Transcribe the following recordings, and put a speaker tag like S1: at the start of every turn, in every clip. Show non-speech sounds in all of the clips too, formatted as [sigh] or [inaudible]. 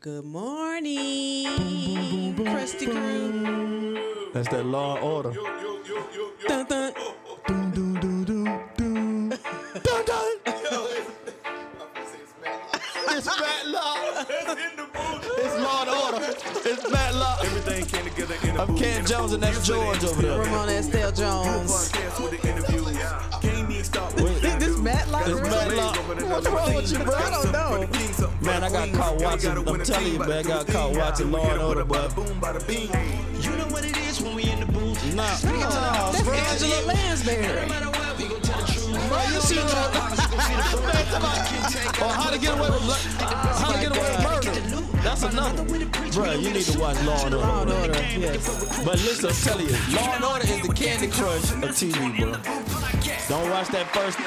S1: Good morning, Krusty Crew.
S2: That's that law and order.
S1: Dun, dun.
S2: Doom, doom, doom, doom, doom. dun,
S3: [laughs]
S2: dun. It's Matlock. It's law and order. It's Matlock.
S3: Everything came together in a
S2: I'm
S3: booth,
S2: Ken
S3: in a
S2: Jones and
S3: booth.
S2: that's
S3: You
S2: George
S3: put it
S2: over
S3: in the
S2: there.
S3: field.
S1: Ramon Estelle Jones.
S3: Podcast with the interviews. Can't even stop with
S2: Wait.
S3: the
S1: Think this
S3: interviews.
S1: Matlock
S3: Got
S2: It's
S3: some
S1: really?
S2: Matlock.
S3: ladies over there
S2: What's
S3: that
S2: wrong
S3: love
S2: with
S3: the
S2: you,
S3: team.
S2: bro? I
S3: Got
S1: don't
S3: something
S1: know.
S3: for the king, something for
S2: Man,
S3: the
S2: I got
S3: queen.
S2: caught
S3: Yeah, we got
S2: watching-
S3: a
S2: I'm
S3: winning
S2: telling
S3: team.
S2: you,
S3: Bada
S2: man, I got
S3: bing,
S2: caught
S3: bada
S2: watching
S3: boom,
S2: Law and
S3: bada
S2: Order,
S3: bada
S2: bruh.
S3: boom, bada bing.
S4: You know what it is when we in the booth.
S2: Nah.
S1: Oh, that's
S2: Bruh,
S1: Angela
S4: No
S1: Lansbury.
S4: matter what, we gon' tell the truth.
S2: Bruh, you see law and order. [laughs] Or how to get away with mur- how to get away with murder. That's another. Bruh, you need to watch Law and
S1: Law and
S2: Order.
S1: order. Yes.
S2: But listen, I'm telling you, Law and Order is the Candy Crush of TV, bro. Don't watch that first.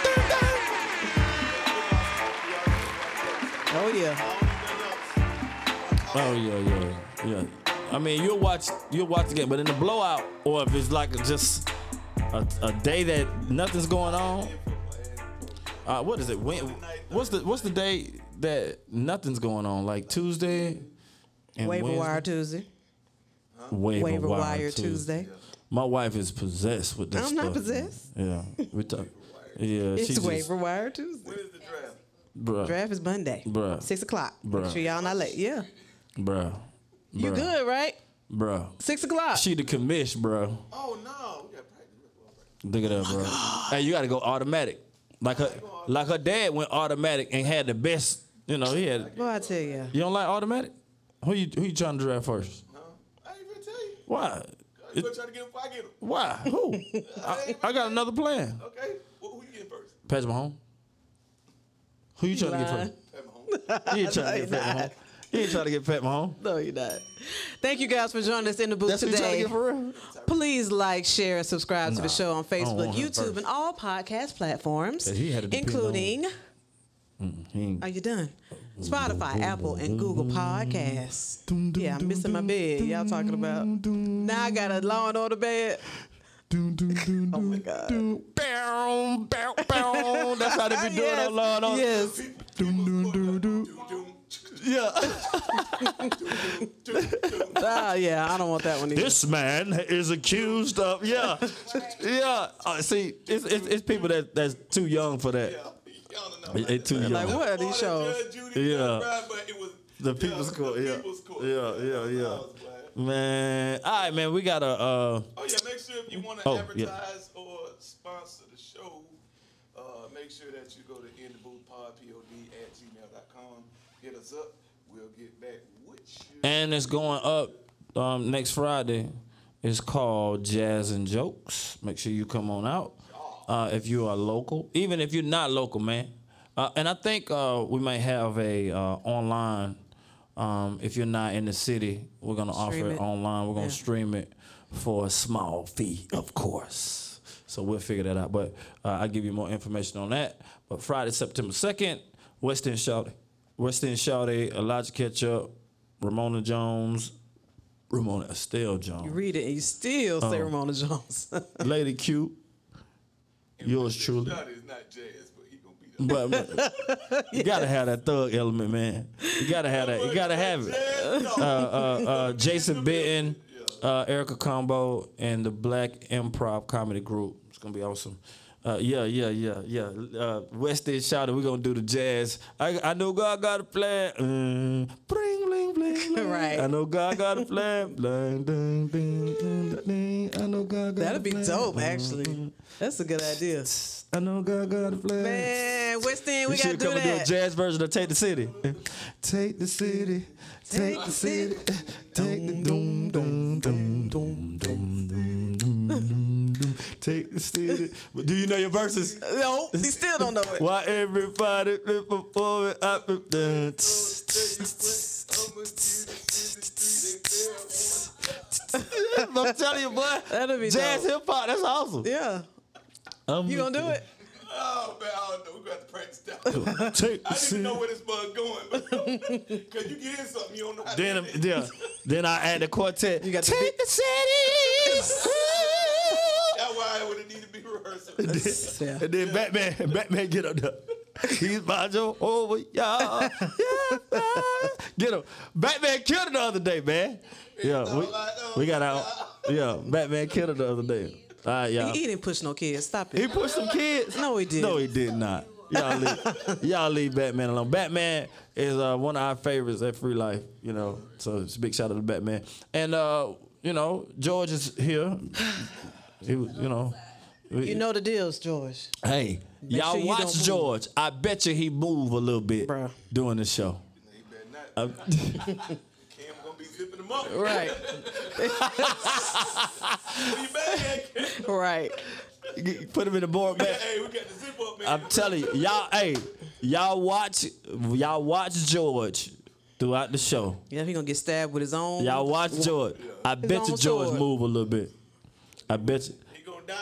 S1: Oh yeah.
S2: Oh yeah, yeah, yeah. I mean, you'll watch, you'll watch the game, but in the blowout, or if it's like just a, a day that nothing's going on. Uh, what is it? When, what's the what's the day that nothing's going on? Like Tuesday. And
S1: Waiver
S2: Wednesday?
S1: wire Tuesday.
S2: Waiver,
S1: Waiver
S2: wire,
S1: wire
S2: Tuesday.
S1: Tuesday.
S2: My wife is possessed with this.
S1: I'm not
S2: stuff.
S1: possessed.
S2: Yeah, we talk. Yeah, she
S1: It's
S2: just-
S1: waiver wire Tuesday.
S2: Bruh,
S1: Draft is Monday.
S2: Bruh.
S1: Six o'clock. Make
S2: Bruh.
S1: sure y'all not late. Yeah.
S2: bruh,
S1: You
S2: bruh,
S1: good, right?
S2: bruh.
S1: Six o'clock.
S2: She the commish, bro.
S5: Oh no, we got practice.
S2: Look at that, bro. hey, you got to go automatic. Like her, like her dad went automatic and had the best. You know, he had.
S1: Boy, I tell ya.
S2: You don't like automatic? Who you who you trying to draft first?
S5: Huh? I ain't even tell you.
S2: Why?
S5: You gonna try to get him before I get him.
S2: Why? Who? I, I got another plan.
S5: Okay. Who, who you getting first?
S2: Patrick Mahomes. Who you trying to get first?
S5: Pat Mahomes.
S2: You ain't trying to get Pat Mahomes. You ain't trying to get Pat Mahomes.
S1: [laughs] No, you're not. Thank you guys for joining us in the booth
S2: That's who you trying
S1: today.
S2: to get for real.
S1: Please like, share, and subscribe to the
S2: Nah,
S1: show on
S2: I don't
S1: Facebook,
S2: want her
S1: YouTube,
S2: first.
S1: and all podcast platforms,
S2: Yeah, he had to depend on-
S1: including.
S2: He ain't-
S1: Are you done? Spotify, Apple, and Google Podcasts.
S2: Doom, doom,
S1: Yeah, I'm
S2: doom,
S1: missing my
S2: doom,
S1: bed. Y'all talking about? Now I got a Law and Order bed.
S2: Doom, doom, doom,
S1: Oh my
S2: doom,
S1: God.
S2: doom. Bow, bow, bow. That's how they
S1: [laughs]
S2: be doing
S1: Yes,
S2: on Law and Order. [laughs]
S1: Yes.
S2: Doom, doom, doom, doom. Yeah.
S1: Ah, yeah. I don't want that one either.
S2: this man is accused of yeah yeah uh, see it's, it's, it's people that that's too young for
S5: [laughs]
S2: that
S5: Y'all don't know.
S2: They- they too young
S1: like what are
S5: All that
S1: these shows?
S5: Judge Judy,
S2: Yeah.
S5: Brad, but it was
S2: the people's
S5: the
S2: court yeah
S5: people's court.
S2: yeah yeah yeah
S5: Oh, man.
S2: man all right man we got a uh
S5: Oh yeah, make sure if you want to
S2: Oh, yeah.
S5: advertise or sponsor the show, uh, make sure that you go to intheboothpod pod at gmail.com. Hit us up. We'll get back with you.
S2: and it's going up um next friday it's called jazz and jokes make sure you come on out uh if you are local even if you're not local man uh, and i think uh we might have a uh online um if you're not in the city we're gonna offer
S1: Stream
S2: it,
S1: it.
S2: online we're gonna
S1: Yeah.
S2: stream it for a small fee of course so we'll figure that out but uh, i'll give you more information on that but friday september 2nd west end shouty west end shouty elijah ketchup ramona jones ramona estelle
S1: You
S2: jones
S1: read it and you still
S2: Oh.
S1: say Ramona Jones. [laughs]
S2: lady cute yours truly
S5: Shot is not jazz, but he gonna be the
S2: but
S1: [laughs]
S2: you gotta have that thug element man you gotta have that you gotta have it
S5: Jazz, no.
S2: uh, Jason Bitten, uh, Erica Combo, and the Black Improv Comedy Group. It's gonna be awesome. Uh, yeah, yeah, yeah, yeah. Uh, West End Shouter, we're gonna do the jazz. I, I know God got a plan. Mm, bling, bling,
S1: [laughs]
S2: bling, bling.
S1: Right.
S2: I know God got a plan. Bling, ding, ding, ding, ding. I know God got a
S1: That'd be
S2: plan.
S1: dope, actually. That's a good idea.
S2: I know God got a plan.
S1: Man, West End, we
S2: you
S1: gotta
S2: should
S1: do
S2: come and do a
S1: that.
S2: jazz version of Take the City. Take the city, take the city, take the doom, doom, doom, doom, doom, doom, doom, doom, take the city. Do you know your verses?
S1: No, he still don't know it.
S2: Why everybody flip for it? I flip the.
S1: [laughs]
S2: I'm telling you, boy.
S1: That'll be
S2: jazz
S1: dope.
S2: hip hop. That's awesome.
S1: Yeah,
S2: I'm
S1: you gonna do it?
S5: Oh man, I don't know. We're gonna have to practice that.
S2: it? Take the
S5: [laughs] I didn't even
S2: city.
S5: know where this bug going,
S2: [laughs]
S5: but cause you get in something you don't know. How to
S2: Then,
S5: get in.
S2: yeah. Then I add the quartet.
S1: You got the
S2: Take the, city. [laughs]
S5: that's why I would have needed to be rehearsing.
S1: Yeah.
S2: and then Batman, Batman get up there. He's Bonjo over y'all. Get him. Batman killed her the other day, man. Yeah, we, we got out. Yeah, Batman killed her the other day. All right, y'all.
S1: He didn't push no kids. Stop
S2: He
S1: it.
S2: pushed some kids.
S1: No, he didn't.
S2: No, he did not. Y'all leave, y'all leave Batman alone. Batman is uh, one of our favorites at Free Life, you know. So it's a big shout out to Batman. And uh, you know, George is here. He was, you know.
S1: You know the deals, George.
S2: Hey, y'all
S1: sure you don't
S2: watch
S1: move.
S2: George. I bet you he move a little bit
S1: Bruh.
S2: during the show.
S6: He better not.
S2: Uh, [laughs]
S6: Cam gonna be zipping them up.
S1: Right.
S5: [laughs]
S6: Where you back
S1: [laughs]
S6: at?
S1: Right.
S2: Put him in the board back.
S6: Hey, we got the zip up, man.
S2: I'm telling you, y'all. Hey, y'all watch, y'all watch George throughout the show.
S1: Yeah, he gonna get stabbed with his own.
S2: Y'all watch George. I bet
S1: on
S2: you George
S1: sword.
S2: move a little bit. I bet you.
S6: He gonna die.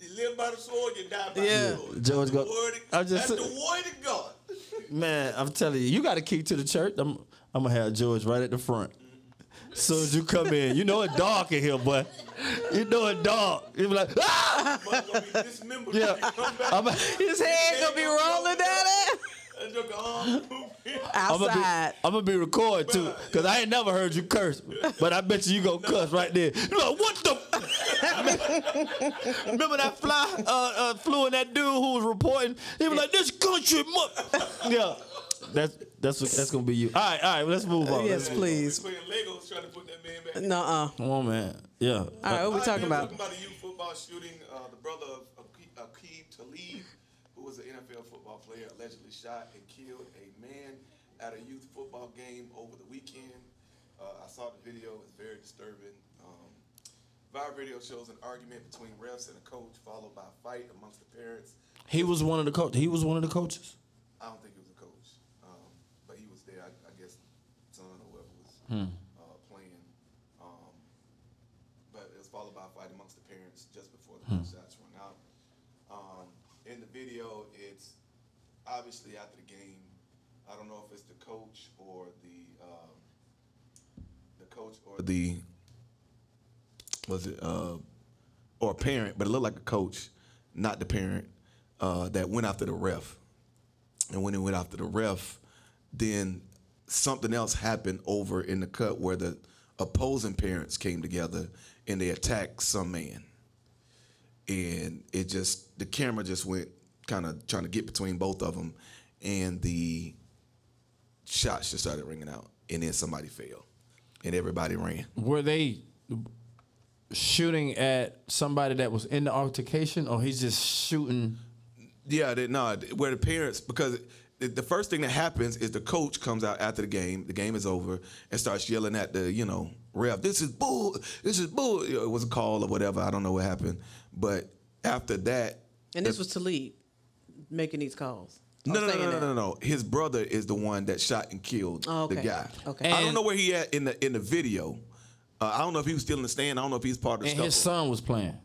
S6: You live by the sword, you die by
S1: Yeah.
S6: the sword.
S2: George
S6: The
S2: go.
S6: word,
S2: I'm just
S6: that's the word of God.
S2: man. I'm telling you, you got to keep to the church. I'm I'm gonna have George right at the front. Soon as you come in, you know it dark in here, boy. You know it dark. You be like, [laughs] ah,
S6: Mother gonna be dismembered.
S2: yeah.
S6: when you come back.
S2: I'm,
S1: His head gonna be rolling down there.
S6: That joker uh, arm moving. [laughs]
S2: I'm gonna be,
S1: outside.
S2: I'm gonna be recording too, cause I ain't never heard you curse, but I bet you you gonna cuss right there. You like what the? Remember that fly uh, uh, flew in that dude who was reporting? He was like, "This country, mu-" yeah." That's that's what, that's gonna be you. All right, all right. Let's move on.
S1: yes,
S2: Let's move
S1: please.
S6: Playing Legos trying to put that man back.
S1: Nuh-uh.
S2: on. Come on, man. Yeah. Uh,
S1: All right, what we
S6: Alright,
S1: talking
S6: man,
S1: about?
S6: We're talking about a youth football shooting. Uh, the brother of Aqe- Aqib Talib, who was an NFL football player, allegedly shot and killed a man at a youth football game over the weekend. Uh, I saw the video. It's very disturbing. Um, Viral video shows an argument between refs and a coach, followed by a fight amongst the parents.
S2: He was one of the coach. He was one of the coaches.
S6: I don't think it was a coach, um, but he was there. I, I guess son or whoever was uh, playing. Um, but it was followed by a fight amongst the parents just before the shots rung out. Um, in the video, it's obviously after the game. I don't know if it's the coach or the um, the coach or the was it uh, or a parent, but it looked like a coach, not the parent uh, that went after the ref. And when it went after the ref, then something else happened over in the cut where the opposing parents came together and they attacked some man. And it just, the camera just went kind of trying to get between both of them. And the shots just started ringing out. And then somebody fell. And everybody ran.
S2: Were they shooting at somebody that was in the altercation, or he's just shooting?
S6: Yeah, they, no, where the parents because the, the first thing that happens is the coach comes out after the game, the game is over, and starts yelling at the you know ref, "This is bull, this is bull." You know, It was a call or whatever. I don't know what happened, but after that,
S1: And this was Talib making these calls.
S6: no,
S1: Or
S6: no, no,
S1: saying
S6: no, no,
S1: that.
S6: no, no. His brother is the one that shot and killed
S1: Oh, okay.
S6: the guy.
S1: Okay.
S6: I don't
S2: And-
S6: know where he at in the in the video. Uh, I don't know if he was still in the stand. I don't know if he's part of the
S2: And his
S6: scuffle.
S2: son was playing.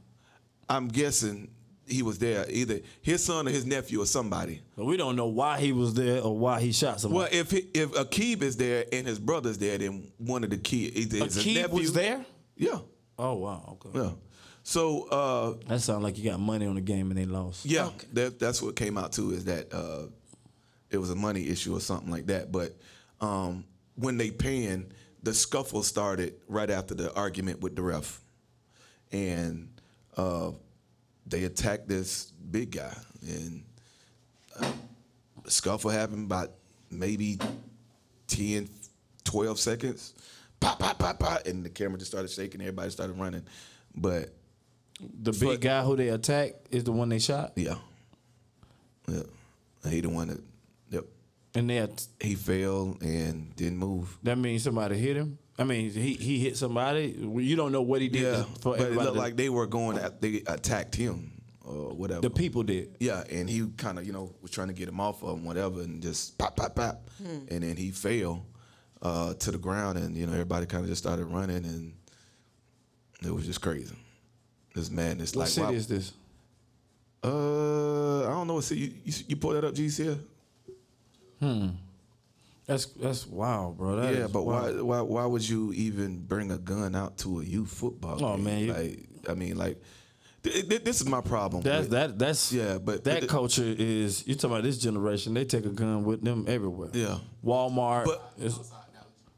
S6: I'm guessing he was there, either his son or his nephew or somebody.
S2: But we don't know why he was there or why he shot somebody.
S6: Well, if he, if Akib is there and his brother's there, then one of the kids, either his
S2: Akib
S6: nephew
S2: was there?
S6: Yeah,
S2: Oh wow, okay.
S6: yeah. So uh,
S2: That sounds like you got money on the game and they lost.
S6: yeah, that, that's what came out too is that uh, it was a money issue or something like that. But um, when they panned, the scuffle started right after the argument with the ref, and uh, they attacked this big guy, and uh, the scuffle happened about maybe 10, 12 seconds. Pop, pop, pop, pop, and the camera just started shaking. Everybody started running, but
S2: The big
S6: But-
S2: guy who they attacked is the one they shot,
S6: Yeah. Yeah. He the one that yep.
S2: and they
S6: He fell and didn't move.
S2: that means somebody hit him. I mean, he he hit somebody. You don't know what he did.
S6: Yeah.
S2: for
S6: But it
S2: everybody
S6: looked
S2: to-
S6: like they were going at they attacked him or whatever.
S2: the people did.
S6: yeah, and he kinda, you know, was trying to get him off of him, whatever, and just pop, pop, pop. And then he fell uh, to the ground and, you know, everybody kinda just started running and it was just crazy. This madness
S2: What
S6: like
S2: city
S6: wow.
S2: is this?
S6: uh I don't know what city you, you, you pulled that up, GCL?
S2: That's that's wow, bro. That
S6: yeah,
S2: is
S6: but
S2: wild.
S6: why, why why would you even bring a gun out to a youth football
S2: Oh,
S6: game?
S2: man, you-
S6: Like I mean, like Th- th- This is my problem.
S2: That's
S6: with-
S2: that. That's
S6: Yeah, but-
S2: that
S6: but-
S2: culture is. You talking about this generation? They take a gun with them everywhere.
S6: Yeah.
S2: Walmart.
S6: But-
S2: it's-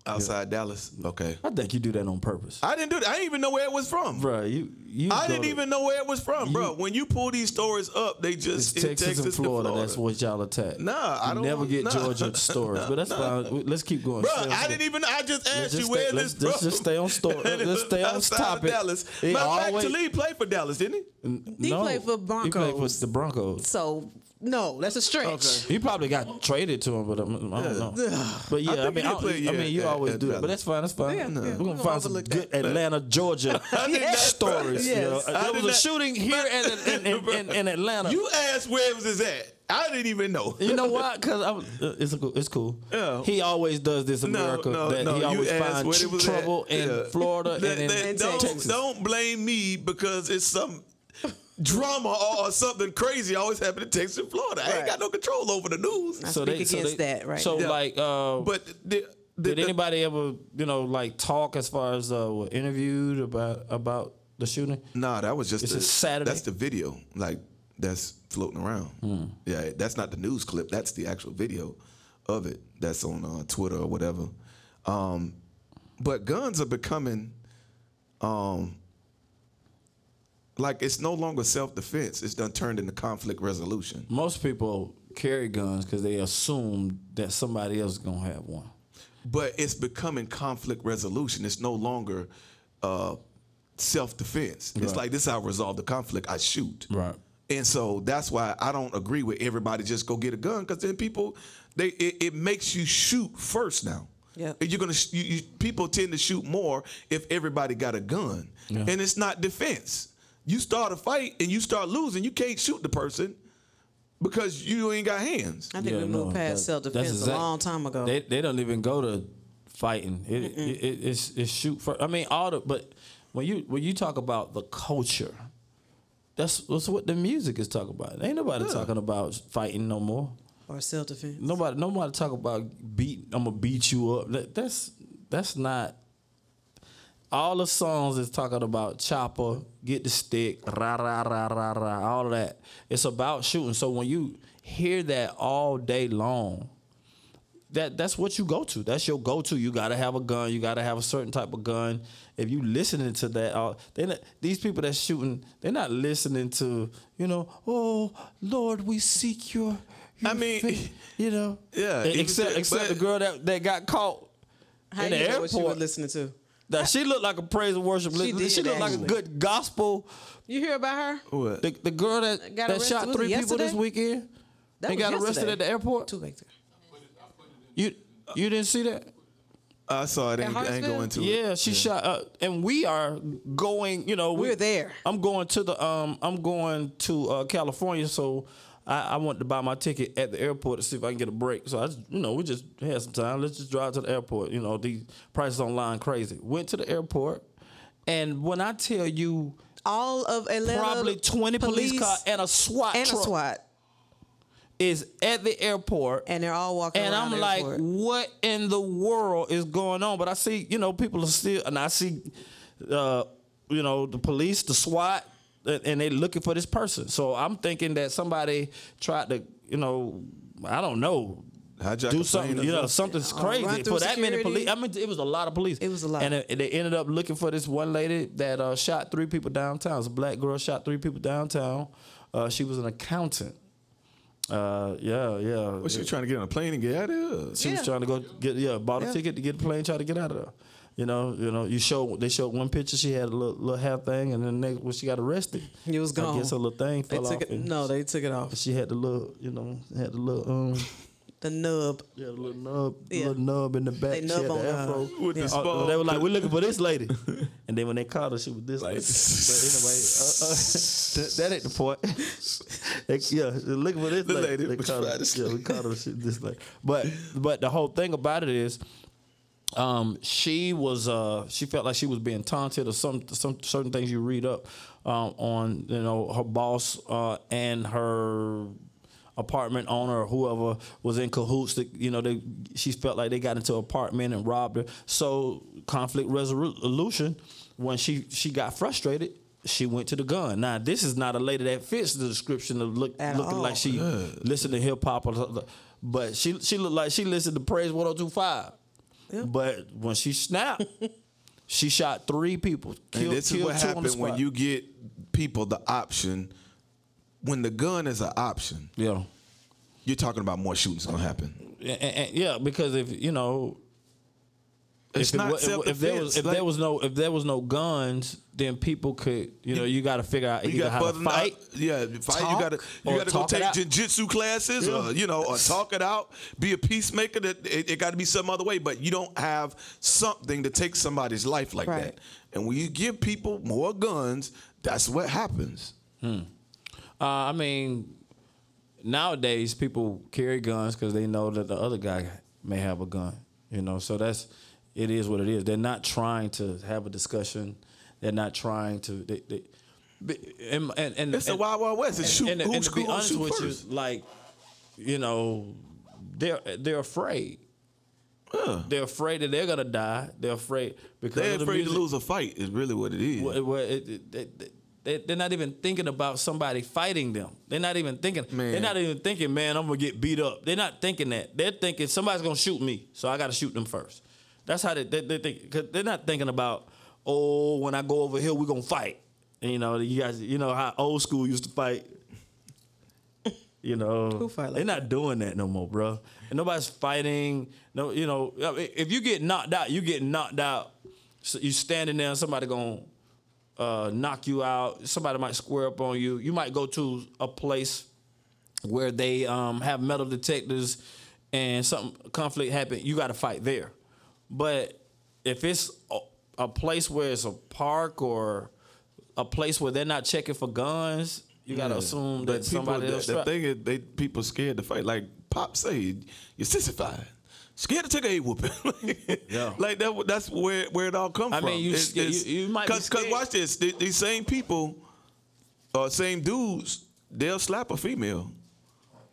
S6: outside Dallas. Okay.
S2: I think you do that on purpose,
S6: I didn't do that. I didn't even know where it was from.
S2: bro. You you.
S6: I
S2: go
S6: didn't
S2: to-
S6: even know where it was from, bro. When you pull these stories up, they
S2: It's
S6: just in
S2: Texas, and Florida, That's what y'all attack.
S6: Nah, I
S2: You
S6: don't
S2: never
S6: want-
S2: get
S6: nah.
S2: Georgia stories, but that's fine. Let's keep going.
S6: Bro,
S2: Stay on
S6: I
S2: the-
S6: didn't even. I just asked
S2: just
S6: you where
S2: stay- let's-
S6: this from.
S2: let's just
S6: [laughs]
S2: stay on story-
S6: And
S2: let's
S6: it was
S2: stay on
S6: outside
S2: topic.
S6: Of Dallas.
S2: It
S6: Matter of fact,
S2: always-
S6: Talib played for Dallas, didn't he?
S1: He
S2: No,
S1: played for
S2: He played for
S1: Broncos.
S2: the Broncos.
S1: So no, that's a stretch.
S6: Okay.
S2: He probably got traded to him, but um, I don't
S6: [sighs]
S2: know. But yeah, I,
S6: think he
S2: mean, I,
S6: did play,
S2: I
S6: yeah,
S2: mean, you
S6: at-
S2: always
S6: at
S2: do that. But
S6: Dallas.
S2: that's fine. That's fine.
S1: Yeah, yeah.
S2: We're
S1: We're
S2: gonna
S1: gonna
S2: find some
S6: overlook
S2: good Atlanta,
S6: [laughs]
S2: Georgia [laughs]
S6: did that,
S2: stories. you know.
S1: Yes. I
S2: There
S6: did
S2: was a
S6: that.
S2: shooting
S6: [laughs]
S2: here in, in, in, in, in Atlanta.
S6: You asked where it was his at. I didn't even know.
S2: You know why? Because uh, it's cool. It's cool.
S6: Yeah.
S2: He always does this in
S6: No,
S2: America.
S6: no,
S2: that
S6: no,
S2: he
S6: you
S2: always
S6: asked
S2: finds
S6: what it was at.
S2: trouble in
S6: Yeah.
S2: Florida
S6: That-
S2: Uh, and in
S6: that-
S2: in
S6: don't,
S2: Texas.
S6: don't blame me because it's some [laughs] drama or, or something crazy always happened in Texas and Florida. I ain't
S1: Right.
S6: got no control over the news.
S1: I speak against that right
S2: So
S1: now.
S6: Yeah.
S2: like, uh,
S6: But the, the,
S2: did anybody ever you know like talk as far as uh, were interviewed about about the shooting?
S6: Nah, that was just
S2: It's
S6: the,
S2: a Saturday. Hmm.
S6: That's the video, like that's floating around. Yeah, that's not the news clip. That's the actual video of it. That's on uh, Twitter or whatever. Um, but guns are becoming, um, like it's no longer self defense. It's done turned into conflict resolution.
S2: Most people carry guns because they assume that somebody else is gonna have one.
S6: But it's becoming conflict resolution. It's no longer uh, self defense. It's
S2: Right.
S6: like this: is how I resolve the conflict. I shoot.
S2: Right.
S6: And so that's why I don't agree with everybody just go get a gun because then people they it, it makes you shoot first now.
S1: Yep.
S6: And You're gonna sh- you, you, people tend to shoot more if everybody got a gun, and it's not defense. You start a fight and you start losing, you can't shoot the person because you ain't got hands.
S1: I think we moved past self defense a long time ago.
S2: They they don't even go to fighting. It, it, it it's it's shoot first. I mean all the but when you when you talk about the culture, that's that's what the music is talking about. Ain't nobody talking about fighting no more.
S1: or self defense.
S2: Nobody nobody talk about beat. I'm gonna beat you up. That, that's that's not. All the songs is talking about chopper, get the stick, rah rah rah rah rah, all of that. It's about shooting. So when you hear that all day long, that that's what you go to. That's your go to. You gotta have a gun. You gotta have a certain type of gun. If you listening to that, uh, they not- these people that's shooting, they're not listening to you know. Oh Lord, we seek your. your
S6: I mean,
S2: face," you know.
S6: yeah,
S2: E-
S6: even
S2: Except
S6: that-
S2: except the
S6: but-
S2: girl that, that got caught.
S1: How
S2: in
S1: you
S2: the
S1: know what you were
S2: airport.
S1: listening to?
S2: That she looked like a praise and worship. She,
S1: She did,
S2: she looked like a
S1: actually.
S2: good gospel.
S1: You hear about her?
S6: What?
S2: The, the girl that
S1: Got
S2: that
S1: arrested,
S2: shot
S1: was it
S2: three people this
S1: yesterday?
S2: weekend
S1: That
S2: and
S1: was
S2: got arrested
S1: yesterday.
S2: at the airport.
S1: Two weeks ago.
S2: You you didn't see that?
S6: I saw it. Ain't,
S1: At
S6: I ain't
S1: Hartsville?
S6: going to. it.
S2: Yeah, she shot up, and we are going. You know, we,
S1: We're there.
S2: I'm going to the um, I'm going to uh, California, so I, I want to buy my ticket at the airport to see if I can get a break. So I, just, you know, we just had some time. Let's just drive to the airport. You know, these prices online crazy. Went to the airport, and when I tell you,
S1: All of Atlanta.
S2: probably 20 police, car and a SWAT
S1: and a
S2: truck
S1: SWAT,
S2: is at the airport,
S1: and they're all walking
S2: and
S1: around.
S2: I'm
S1: the
S2: like,
S1: airport.
S2: what in the world is going on? But I see, you know, people are still, and I see, uh, you know, the police, the SWAT, and and they looking for this person. So I'm thinking that somebody tried to, you know, I don't know.
S6: Hijack
S2: do
S6: a
S2: something,
S6: plane or
S2: you know,
S1: something.
S2: something's
S1: Or run
S2: crazy
S1: through
S2: for that many police.
S1: security.
S2: I mean, it was a lot of police.
S1: It was a lot.
S2: and it- they ended up looking for this one lady that uh, shot three people downtown. It's a black girl shot three people downtown. Uh, she was an accountant. Uh, yeah, yeah.
S6: Was she trying to get on a plane and get out of
S2: She
S6: here?
S2: was
S1: Yeah.
S2: trying to go get yeah, bought a ticket to get a plane, try to get out of there. You know, you know, you show they showed one picture. She had a little, little half thing, and then next when she got arrested,
S1: It was gone.
S2: I guess her little thing
S1: they
S2: fell off.
S1: took it,
S2: and
S1: no, they took it off.
S2: she had the little, you know, had the little um,
S1: The nub.
S2: yeah, the little nub,
S1: Yeah.
S2: little nub in the back.
S1: They
S2: She
S1: nub
S2: had
S1: on
S2: the
S1: her.
S2: afro.
S6: With the
S1: Yeah.
S6: spot.
S2: Oh, they were like, we're looking for this
S6: [laughs]
S2: lady, and then when they caught her, she was this.
S6: Like-
S2: lady. But anyway, uh, uh,
S6: [laughs]
S2: that, that ain't the point. They- yeah, they're looking for this
S6: The
S2: lady.
S6: lady
S2: They
S6: was
S2: caught her,
S6: trying to-
S2: yeah, we caught her shit this lady. But but the whole thing about it is, um, she was uh, she felt like she was being taunted or some some certain things you read up um, on you know her boss uh, and her apartment owner or whoever was in cahoots that you know they she felt like they got into an apartment and robbed her so conflict resolution when she she got frustrated she went to the gun. Now this is not a lady that fits the description of look
S1: At
S2: looking
S1: all.
S2: like she listened to hip hop or something. But she she looked like she listened to Praise 1025. But when she snapped, she shot three people. Killed,
S6: and this is
S2: killed two on
S6: what
S2: the
S6: happens when
S2: spot.
S6: you get people the option. When the gun is an option,
S2: Yeah.
S6: you're talking about more shootings gonna happen.
S2: And- and- and- yeah, because if you know
S6: It's
S2: if, it
S6: not
S2: wa- if- if, there was
S6: self-defense,
S2: if
S6: like-
S2: there was no if there was no guns, then people could you know you got to figure out
S6: You
S2: either
S6: got
S2: how to
S6: further-
S2: fight.
S6: yeah, fight.
S2: talk,
S6: you gotta,
S2: or
S6: you gotta go
S2: talk it
S6: take
S2: out.
S6: jujitsu classes, or you know, or talk it out. Be a peacemaker. That it, it got to be some other way, but you don't have something to take somebody's life like
S1: Right.
S6: that. And when you give people more guns, that's what happens.
S2: Uh, I mean, nowadays people carry guns because they know that the other guy may have a gun. You know, so that's it is what it is. They're not trying to have a discussion. They're not trying to. They, they, and, and, and,
S6: It's the Wild Wild West. It's shoot.
S2: and,
S6: who's
S2: and to be
S6: gonna
S2: honest
S6: shoot
S2: with
S6: first?
S2: you, like, you know, they're they're afraid. They're afraid that they're gonna die. They're afraid because
S6: They're
S2: of the
S6: afraid to
S2: music.
S6: lose a fight. Is really what it is.
S2: Well, well, it- it- they- they, they're not even thinking about somebody fighting them. They're not even thinking. They're
S6: Man.
S2: not even thinking, man, I'm gonna get beat up. They're not thinking that. They're thinking somebody's gonna shoot me, so I gotta shoot them first. That's how they, they, they think. Cause they're not thinking about, oh, when I go over here, we're gonna fight. And, you know, you guys, you know how old school used to fight. You know,
S1: Who fight like
S2: they're not doing that no more, bro. And nobody's fighting. No, you know, I mean, if you get knocked out, you get knocked out. So you standing there, and somebody gonna uh, knock you out. Somebody might square up on you. You might go to a place where they um, have metal detectors, and some conflict happen. You got to fight there. But if it's a, a place where it's a park or a place where they're not checking for guns, you got to assume that somebody
S6: the,
S2: else.
S6: the
S2: try-
S6: thing is, they people scared to fight. Like Pop say, you're sissified. Scared to take a whooping. [laughs]
S2: Yeah.
S6: Like that. That's where where it all comes
S2: I
S6: from.
S2: mean, you sca- you- you might be
S6: because
S2: scared.
S6: watch this. The, these same people, uh, same dudes, they'll slap a female.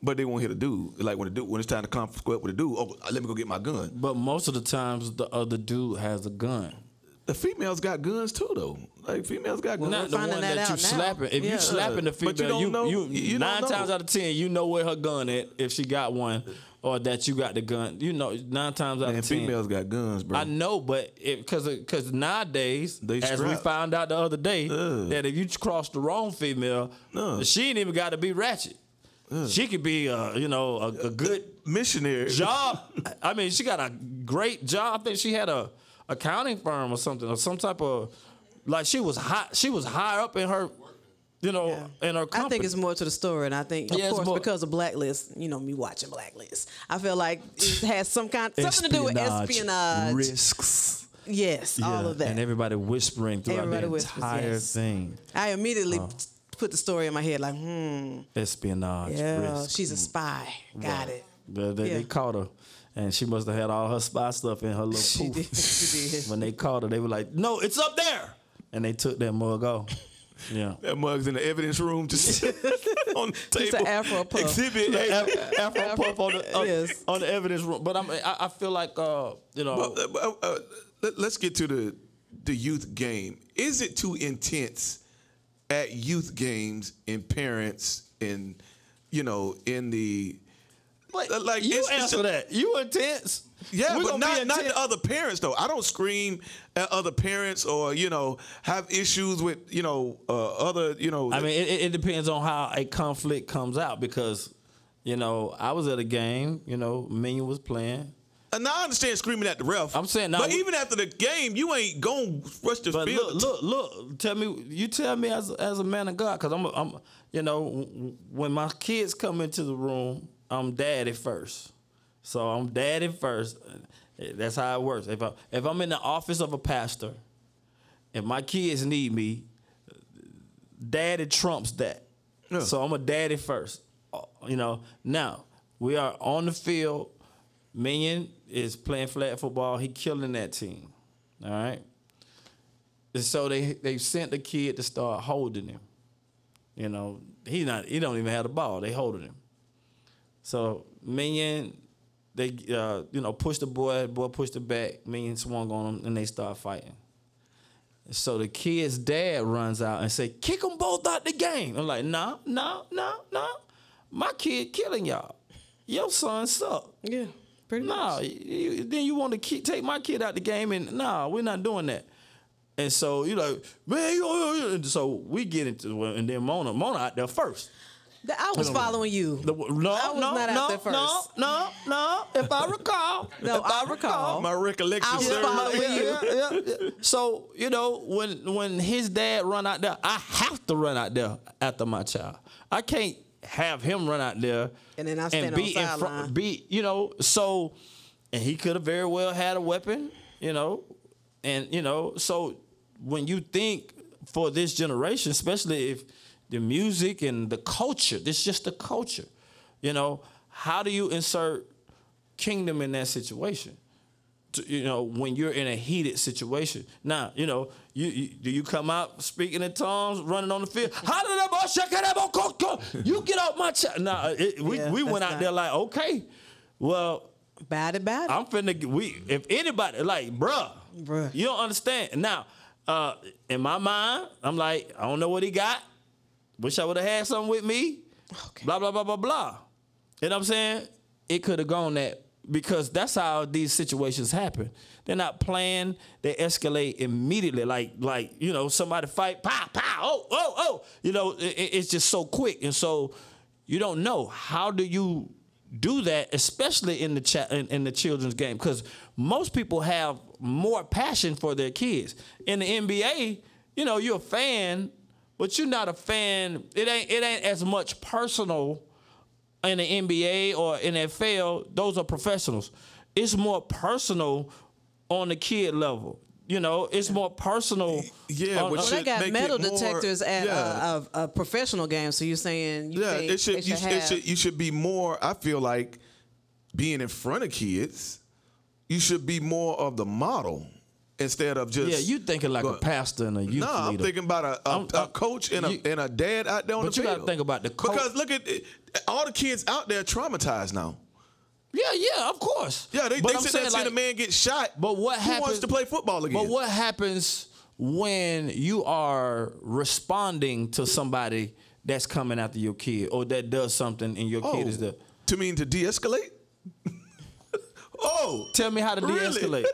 S6: But they won't hit a dude. Like when a dude, when it's time to conflict with a dude, oh, let me go get my gun.
S2: But most of the times, the other dude has a gun.
S6: The females got guns too, though. Like females got guns.
S2: Not the one
S1: finding
S2: that,
S1: that
S2: you
S1: out now.
S2: slapping. If
S1: Yeah.
S2: you slapping the
S6: But you
S2: female,
S6: don't
S2: you,
S6: know-
S2: you,
S6: you- you don't
S2: nine
S6: know.
S2: times out of ten, you know where her gun at if she got one, or that you got the gun. You know, nine times out
S6: and
S2: of ten.
S6: females got guns, bro.
S2: I know, but because because nowadays,
S6: They
S2: as we
S6: strapped.
S2: found out the other day, that if you cross the wrong female,
S6: No.
S2: she ain't even got to be ratchet. She could be, uh, you know, a, a good
S6: Missionary.
S2: job. I mean, she got a great job. I think she had a accounting firm or something, or some type of like she was high. She was high up in her, you know,
S1: Yeah.
S2: in her company.
S1: I think it's more to the story, and I think, of
S2: Yeah, it's
S1: course,
S2: more-
S1: because of Blacklist, you know, me watching Blacklist, I feel like it
S2: [laughs]
S1: has some kind something to do with espionage.
S2: risks,
S1: Yes, all
S2: Yeah,
S1: of that.
S2: and everybody whispering throughout
S1: Everybody
S2: the
S1: whispers,
S2: entire
S1: yes.
S2: thing.
S1: I immediately t- put the story in my head, like, hmm,
S2: Espionage,
S1: yeah,
S2: risks.
S1: she's a spy. Got it.
S2: They, they, they
S1: Yeah.
S2: caught her, and she must have had all her spy stuff in her
S1: [laughs]
S2: little
S1: She
S2: poof.
S1: did. She
S2: [laughs]
S1: did.
S2: When they caught her, they were like, "No, it's up there," and they took that
S1: [laughs]
S2: mug off. Yeah,
S6: That mug's in the evidence room, just [laughs] on the table.
S1: It's an Afro puff.
S6: Exhibit
S2: Af- [laughs]
S6: A.
S2: Afro, puff on the on,
S1: Yes.
S2: on the evidence room. But I'm, I, I feel like uh, you know,
S6: Uh, uh, uh, let- Let's get to the the youth game. Is it too intense at youth games in parents and you know in the
S2: but
S6: uh, like,
S2: you
S6: it's- it's
S2: answer
S6: a-
S2: that. You intense.
S6: yeah,
S2: We
S6: but
S2: gonna be
S6: not not
S2: intense.
S6: the other parents though. I don't scream at other parents or you know have issues with you know uh, other you know.
S2: I mean, it, it- it depends on how a conflict comes out because, you know, I was at a game. You know, Minion was playing.
S6: And now I understand screaming at the ref.
S2: I'm saying now
S6: but
S2: we-
S6: even after the game, you ain't gonna rush the
S2: But
S6: field.
S2: look, look, look. Tell me, you tell me as as a man of God, because I'm, a- I'm, you know, w- w- when my kids come into the room, I'm daddy first. So I'm daddy first. That's how it works. If I if I'm in the office of a pastor, if my kids need me, daddy trumps that. So I'm a daddy first. Uh, You know, now we are on the field. Minion is playing flat football. He killing that team. All right. And so they they sent the kid to start holding him. You know, he not he don't even have the ball. They holding him. So Minion, they uh, you know, push the boy, boy pushed the back, Minion swung on him, and they start fighting. So the kid's dad runs out and say, "Kick them both out the game." I'm like, "No, no, no, no. My kid killing y'all. Your son suck.
S1: Yeah, pretty much.
S2: No, you- you- then you want to keep, take my kid out the game, and no, we're not doing that. And so you like, man, you, you, you." And so we get into well, and then Mona, Mona out there first.
S1: That I was following you.
S2: The, no,
S1: I was
S2: no,
S1: not out
S2: no,
S1: there first.
S2: no, no, no. If I recall,
S1: No,
S2: if
S1: I recall.
S6: My recollection
S1: I was
S6: serves me.
S1: following you.
S2: yeah, yeah, yeah. So you know when when his dad run out there, I have to run out there after my child. I can't have him run out there
S1: And then I stand on
S2: be in
S1: sideline.
S2: front, be you know. So and he could have very well had a weapon, you know, and you know. So when you think for this generation, especially if the music and the culture, this just the culture, you know. How do you insert kingdom in that situation? to- you know when you're in a heated situation. Now you know you, you do you come out speaking in tongues, running on the
S1: [laughs]
S2: field. "Hallelujah, You get off my child. Now it, we
S1: Yeah,
S2: we went
S1: that's
S2: out there
S1: not-
S2: like okay, well
S1: Bad it, bad. it.
S2: I'm finna g- we if anybody like bruh,
S1: Bruh.
S2: you don't understand. Now uh, in my mind I'm like I don't know what he got. Wish I would have had something with me.
S1: Okay.
S2: Blah blah blah blah blah. You know what I'm saying? It could have gone that because that's how these situations happen. They're not planned. They escalate immediately. Like like you know somebody fight. Pow pow. Oh oh oh. You know i- i it's just so quick and so you don't know how do you do that, especially in the cha- in, in the children's game because most people have more passion for their kids. In the NBA, you know you're a fan, but you're not a fan. It ain't it ain't as much personal in the NBA or NFL, those are professionals. It's more personal on the kid level. You know, it's more personal.
S6: Yeah,
S2: on-
S6: which
S1: Well,
S2: on-
S1: they
S6: should
S1: got
S6: make
S1: metal
S6: it more-
S1: detectors at
S6: yeah.
S1: a, a, a professional game. So you're saying you
S6: Yeah,
S1: think
S6: it should.
S1: they
S6: you,
S1: should
S6: should- it
S1: have-
S6: should. You should be more. I feel like being in front of kids, you should be more of the model instead of just.
S2: yeah, you thinking like a
S6: But-
S2: pastor and a youth
S6: No, I'm
S2: leader.
S6: thinking about a, a,
S2: I'm-
S6: a
S2: I'm-
S6: coach and a
S2: you-
S6: and a dad out there on
S2: But
S6: the
S2: you
S6: field.
S2: gotta think about the coach.
S6: because look at it, all the kids out there traumatized now.
S2: yeah, yeah, of course.
S6: Yeah, they,
S2: But
S6: they
S2: I'm
S6: sit there
S2: saying,
S6: and see
S2: like-
S6: the man get shot.
S2: But what
S6: Who
S2: happens?
S6: wants to play football again?
S2: But what happens when you are responding to somebody that's coming after your kid or that does something and your
S6: Oh,
S2: kid is the?
S6: to mean to de-escalate? [laughs] oh,
S2: Tell me how to
S6: Really?
S2: de-escalate.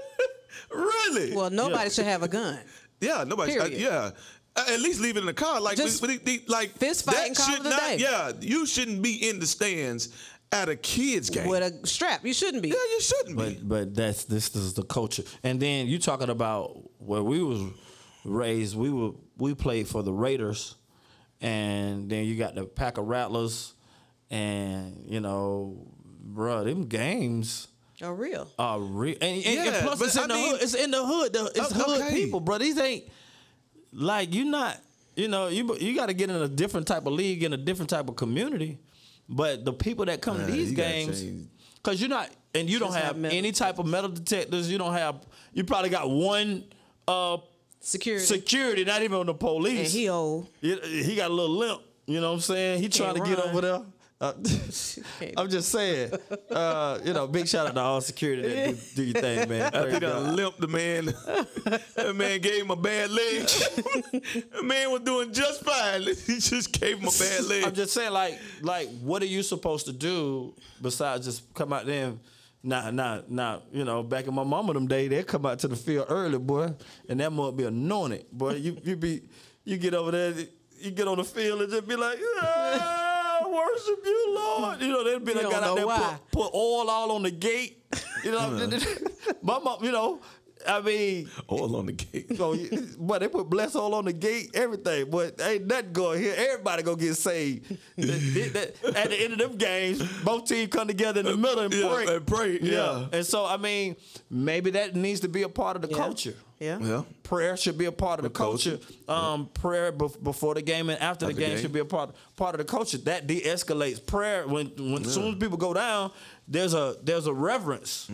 S6: really?
S1: well, nobody should have a gun.
S6: Yeah, nobody. uh,
S1: Period.
S6: yeah, Uh, at least leave it in the car. Like,
S1: Just
S6: we, we, we- like
S1: fist fight and
S6: that
S1: call
S6: should
S1: it a
S6: not.
S1: day.
S6: Yeah, you shouldn't be in the stands at a kids game.
S1: With a strap, you shouldn't be.
S6: yeah, you shouldn't be.
S2: But [laughs] but that's this is the culture. And then you talking about where we was raised. We were we played for the Raiders, and then you got the pack of Rattlers, and you know, bruh, them games
S1: Oh, real.
S2: are real. And, and- and
S6: Yeah,
S2: plus,
S6: but
S2: it's in
S6: I
S2: the
S6: mean-
S2: hood. It's in the hood. The, it's
S6: O-
S2: hood
S6: okay.
S2: people, bro. These ain't like you not. You know, you you got to get in a different type of league in a different type of community. But the people that come to
S6: Man,
S2: these
S6: you gotta
S2: games,
S6: change.
S2: because you're not, and you don't
S1: Just have
S2: have
S1: metal
S2: any type of metal detectors. You don't have. You probably got one uh
S1: Security.
S2: security, not even on the police.
S1: and he old.
S2: He, he got a little limp. You know what I'm saying? He trying
S1: Can't
S2: to get
S1: run. [laughs]
S2: over there. Uh,
S1: Can't.
S2: I'm just saying. Uh, you know, big shout out to all security. That do, do your thing, man. Praise God.
S6: He done limped the [laughs] man. that man gave him a bad [laughs] leg. the man was doing just fine. [laughs] He just gave him a bad leg.
S2: I'm just saying, like, like, what are you supposed to do besides just come out there and not, not, not, you know, back in my mama them day, they come out to the field early, boy, and that must be anointed, boy. You, you be, you get over there, you get on the field and just be like, ah, I worship you, Lord. You know, they'd be
S1: You
S2: like,
S1: don't
S2: got out
S1: know
S2: there,
S1: why.
S2: put, put oil all on the gate. You know, [laughs] my mom, you know, I mean,
S6: All on the gate.
S2: so, but they put bless all on the gate, everything. But ain't nothing going here. Everybody gonna get saved. That- that- At the end of them games, both teams come together in the middle and
S6: Yeah,
S2: pray.
S6: and pray, yeah.
S2: And so I mean, maybe that needs to be a part of the
S1: Yeah.
S2: culture.
S1: Yeah.
S6: Well,
S2: Prayer should be a part of the, culture.
S6: culture.
S2: Um, Prayer bef- before the game and after the
S6: After
S2: game,
S6: game.
S2: should be a part part of the culture. That de-escalates prayer. When when soon as people go down, there's a there's a reverence.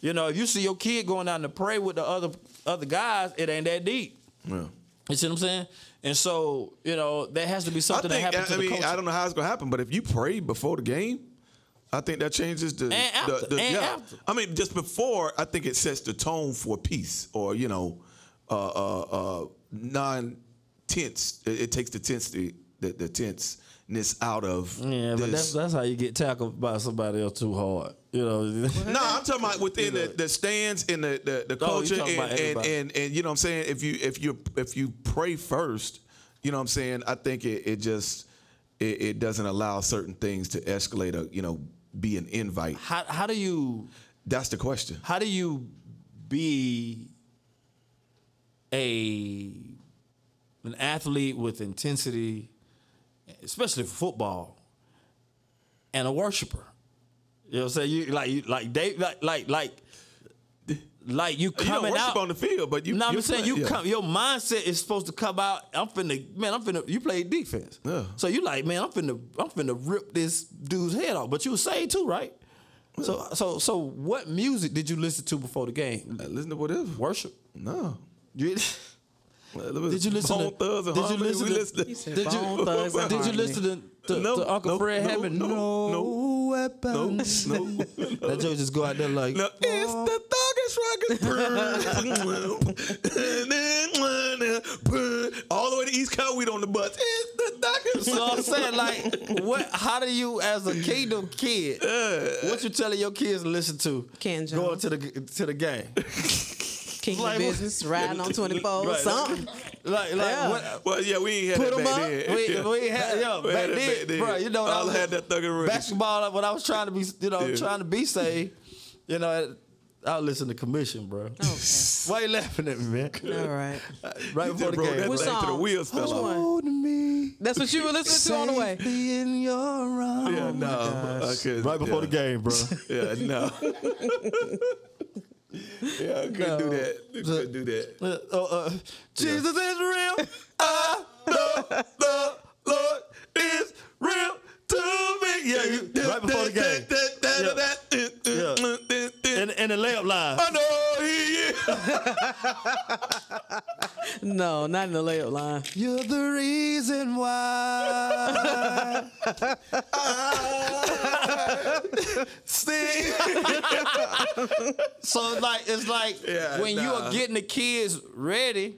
S2: You know, if you see your kid going down to pray with the other other guys, it ain't that deep.
S6: yeah.
S2: You see what I'm saying? And so, you know, there has to be
S6: I
S2: something
S6: think.
S2: that
S6: I,
S2: happens to
S6: I
S2: the
S6: mean,
S2: culture.
S6: I don't know how it's gonna happen, but if you pray before the game, I think that changes the.
S2: after,
S6: the, the
S2: and
S6: yeah.
S2: after.
S6: I mean, just before, I think it sets the tone for peace, or you know, uh, uh, uh, non-tense. It, it takes the tense, the, the, the tenseness out of.
S2: Yeah, but that's
S6: this.
S2: that's how you get tackled by somebody else too hard. You know.
S6: [laughs] No, I'm talking about within the, the stands and the, the, the
S2: Oh, you
S6: culture
S2: talking
S6: and,
S2: about
S6: and,
S2: everybody.
S6: and and you know what I'm saying if you if you if you pray first, you know what I'm saying, I think it, it just it, it doesn't allow certain things to escalate or, you know, be an invite.
S2: how how do you
S6: That's the question.
S2: how do you be a an athlete with intensity, especially for football, and a worshiper? You know what I'm saying? You like you like they like like like like you
S6: you don't
S2: coming
S6: worship
S2: out
S6: on the field, but you
S2: No, I'm
S6: you
S2: saying
S6: play-
S2: you
S6: yeah.
S2: come. Your mindset is supposed to come out. I'm finna, man. I'm finna. You play defense.
S6: Yeah.
S2: So you like, man. I'm finna. I'm finna rip this dude's head off. But you were saved too, right? So, so, so, what music did you listen to before the game?
S6: Uh, Listen to whatever.
S2: Worship.
S6: No.
S2: You- [laughs]
S6: Did
S2: Did you listen
S6: Bone
S2: to?
S6: Thugs and
S2: did you
S6: Harmony?
S2: listen
S6: We
S2: to?
S6: listen to-
S1: He said
S2: did
S1: Bone
S2: you?
S1: Thugs and
S2: did you listen to? To,
S6: No,
S2: to Uncle
S6: no,
S2: Fred
S6: no,
S2: having
S6: no, no,
S2: weapons.
S6: No, no, [laughs] no.
S2: That joke just go out there like.
S6: No, it's the
S2: [laughs]
S6: thuggish rockers. All the way to East Coast, we on the bus. It's the thuggish
S2: So I'm saying, like, what? How do you, as a kingdom kid, what you telling your kids to listen to?
S1: Ken Jones.
S2: going to the to the game,
S1: King
S2: Like,
S1: of business, riding on twenty four,
S2: Right.
S1: something.
S2: [laughs] like, like
S1: Yeah.
S2: what?
S6: Well, yeah, we ain't had
S2: Put
S6: that
S2: 'em
S6: back
S2: up.
S6: then.
S2: We-
S6: Yeah.
S2: we had- yo,
S6: We
S2: back then, bro, you know, I
S6: all
S2: was-
S6: had that thugger run.
S2: Basketball. When I was trying to be, you know,
S6: Yeah.
S2: trying to be safe, you know, I I listen to commission, bro.
S1: Oh. Okay.
S2: Why you laughing at me,
S6: [laughs]
S2: man?
S1: All right.
S2: Right before the game.
S1: What
S6: Which song? To the
S1: song?
S6: wheels fell
S1: Which
S6: off.
S1: one?
S2: Hold me
S1: That's what you were listening to on the way.
S2: safely in your arms.
S6: Yeah, no. I couldn't-
S2: Oh Right before
S6: yeah.
S2: the game, bro.
S1: [laughs]
S2: [laughs]
S6: Yeah, no. yeah, I couldn't do that. I couldn't do that.
S2: Uh, uh, uh, Jesus is real.
S6: The Lord is real to me. Yeah, you,
S2: Right before the game. And, and the layup line.
S6: I know he is.
S1: No, not in the layup line.
S2: You're the reason
S6: [laughs]
S2: why. See? [laughs] so like it's like
S6: Yeah,
S2: when you
S6: nah.
S2: are getting the kids ready,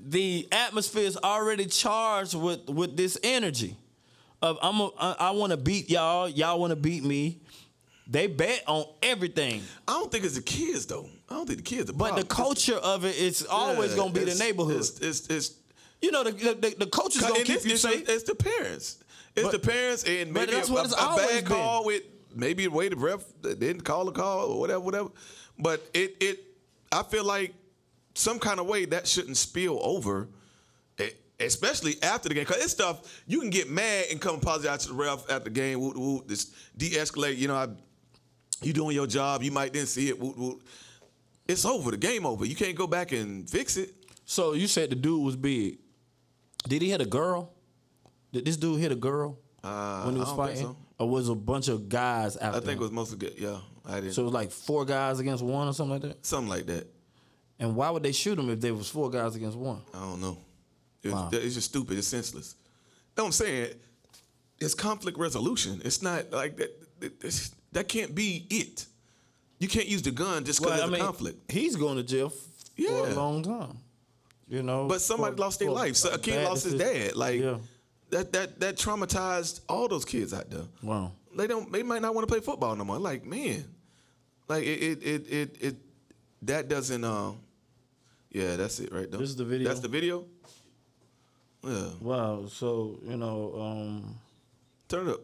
S2: the atmosphere is already charged with with this energy of I'm a, I, I want to beat y'all, y'all want to beat me. They bet on everything.
S6: I don't think it's the kids though. I don't think the kids. The
S2: But the
S6: problem.
S2: culture of it, it's always
S6: Yeah,
S2: gonna be the
S6: it's-
S2: neighborhood.
S6: It's it's, it's,
S2: you know, the the, the, the coach is gonna
S6: and
S2: keep
S6: it's,
S2: you
S6: it's,
S2: safe.
S6: it's the parents. It's
S2: But-
S6: the parents and
S2: but
S6: maybe
S2: that's
S6: a,
S2: what it's
S6: a, a
S2: always been.
S6: bad call with maybe the way the ref didn't call the call or whatever, whatever. But it it I feel like some kind of way that shouldn't spill over. e- Especially after the game, because it's stuff you can get mad and come apologize to the ref after the game. Woo, woo, this de-escalate. You know, I, you doing your job. You might didn't see it. Woo, woo. It's over. The game over. You can't go back and fix it.
S2: So you said the dude was big. Did he hit a girl? Did this dude hit a girl
S6: Uh,
S2: when he
S6: I
S2: was
S6: don't think
S2: fighting,
S6: so.
S2: or was a bunch of guys out?
S6: I think it was mostly good. Yeah, I didn't.
S2: so. It was like four guys against one or something like that.
S6: Something like that.
S2: And why would they shoot him if there was four guys against one?
S6: I don't know. It was-
S2: Wow.
S6: It's just stupid. It's senseless. No, I'm saying it's conflict resolution. It's not like that. that- that's- That can't be it. You can't use the gun just because of conflict.
S2: he's going to jail f- for a
S6: Yeah.
S2: long time. You know,
S6: But somebody
S2: for-
S6: lost their
S2: for
S6: life. So a kid
S2: bad
S6: lost his
S2: decision.
S6: dad. Like
S2: Yeah.
S6: that. That that traumatized all those kids out there.
S2: Wow.
S6: They don't. They might not want to play football no more. Like man, like it it it it, it that doesn't. Um, yeah, that's it right there.
S2: This is the video?
S6: That's the video. Yeah,
S2: Wow. So you know, um,
S6: turn it up.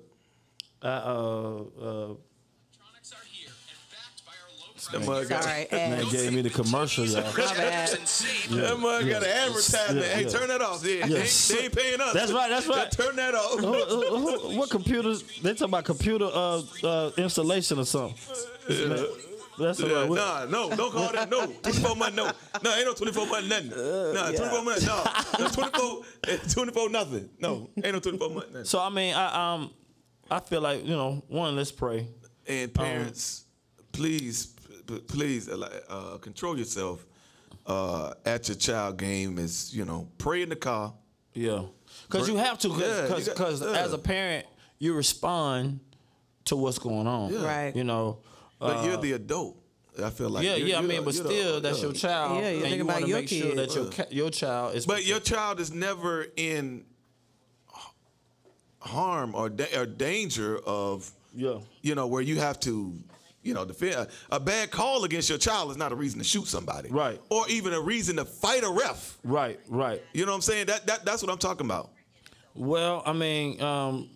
S2: I, uh, uh,
S7: Electronics are here and backed by our low
S6: [laughs] That
S7: price.
S6: mug got,
S1: Sorry,
S2: man
S1: ass.
S2: [laughs] gave me the commercial, y'all.
S1: My bad.
S6: that mug got an advertisement.
S2: Yeah,
S6: hey,
S2: yeah.
S6: turn that off. Yeah,
S2: Yeah.
S6: They, ain't, they ain't paying us.
S2: That's right, that's right.
S6: turn that
S2: [laughs] Who-
S6: off.
S2: who- who- what computers? They talking about computer uh, uh, installation or something. That's what I-
S6: Yeah, nah, no, don't call
S2: [laughs]
S6: that. No, 24 month, no. No, ain't no 24 month nothing. Nah, 24 month, no. no 24, [laughs] eh, 24 nothing. No, ain't no 24 month nothing.
S2: So I mean, I um, I feel like you know, one, let's pray.
S6: And
S2: Um,
S6: parents, please, p- p- please, uh, like, uh, control yourself uh, at your child game. Is you know, pray in the car.
S2: Yeah, because you have to,
S6: Yeah, you
S2: because
S6: got-
S2: because
S6: yeah.
S2: as a parent, you respond to what's going on.
S1: Right.
S2: You know,
S6: But you're the adult. I feel like
S2: Uh, yeah,
S6: you're-
S2: yeah. I
S6: you're
S2: mean,
S6: the-
S2: but
S6: you're the- uh,
S2: still, that's
S6: yeah.
S2: your child,
S1: Yeah, you
S2: and
S1: think
S2: you
S1: about
S2: want to
S1: your
S2: make sure
S1: kid.
S2: that your ca- your child is.
S6: But your child is never in h- harm or da- or danger of
S2: Yeah.
S6: you know where you have to you know defend a bad call against your child is not a reason to shoot somebody
S2: Right.
S6: or even a reason to fight a ref.
S2: right, right.
S6: You know what I'm saying? That, that that's what I'm talking about.
S2: Well, I mean, um,